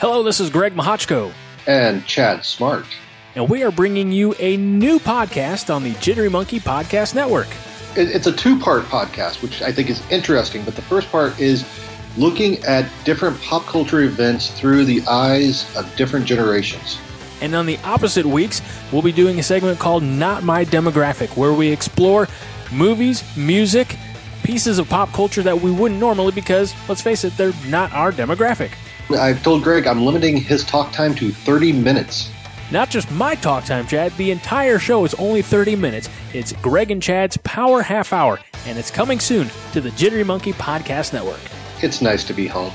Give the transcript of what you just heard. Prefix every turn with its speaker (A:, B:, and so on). A: Hello, this is Greg Mahochko,
B: and Chad Smart.
A: and we are bringing you a new podcast on the Jittery Monkey Podcast Network.
B: It, it's a two part podcast, which I think is interesting. But the first part is looking at different pop culture events through the eyes of different generations.
A: And on the opposite weeks, we'll be doing a segment called Not My Demographic, where we explore movies, music, pieces of pop culture that we wouldn't normally because, let's face it, they're not our demographic.
B: I've told Greg I'm limiting his talk time to 30 minutes.
A: Not just my talk time, Chad, the entire show is only 30 minutes. It's Greg and Chad's Power Half Hour, and it's coming soon to the Jittery Monkey Podcast Network.
B: It's nice to be home.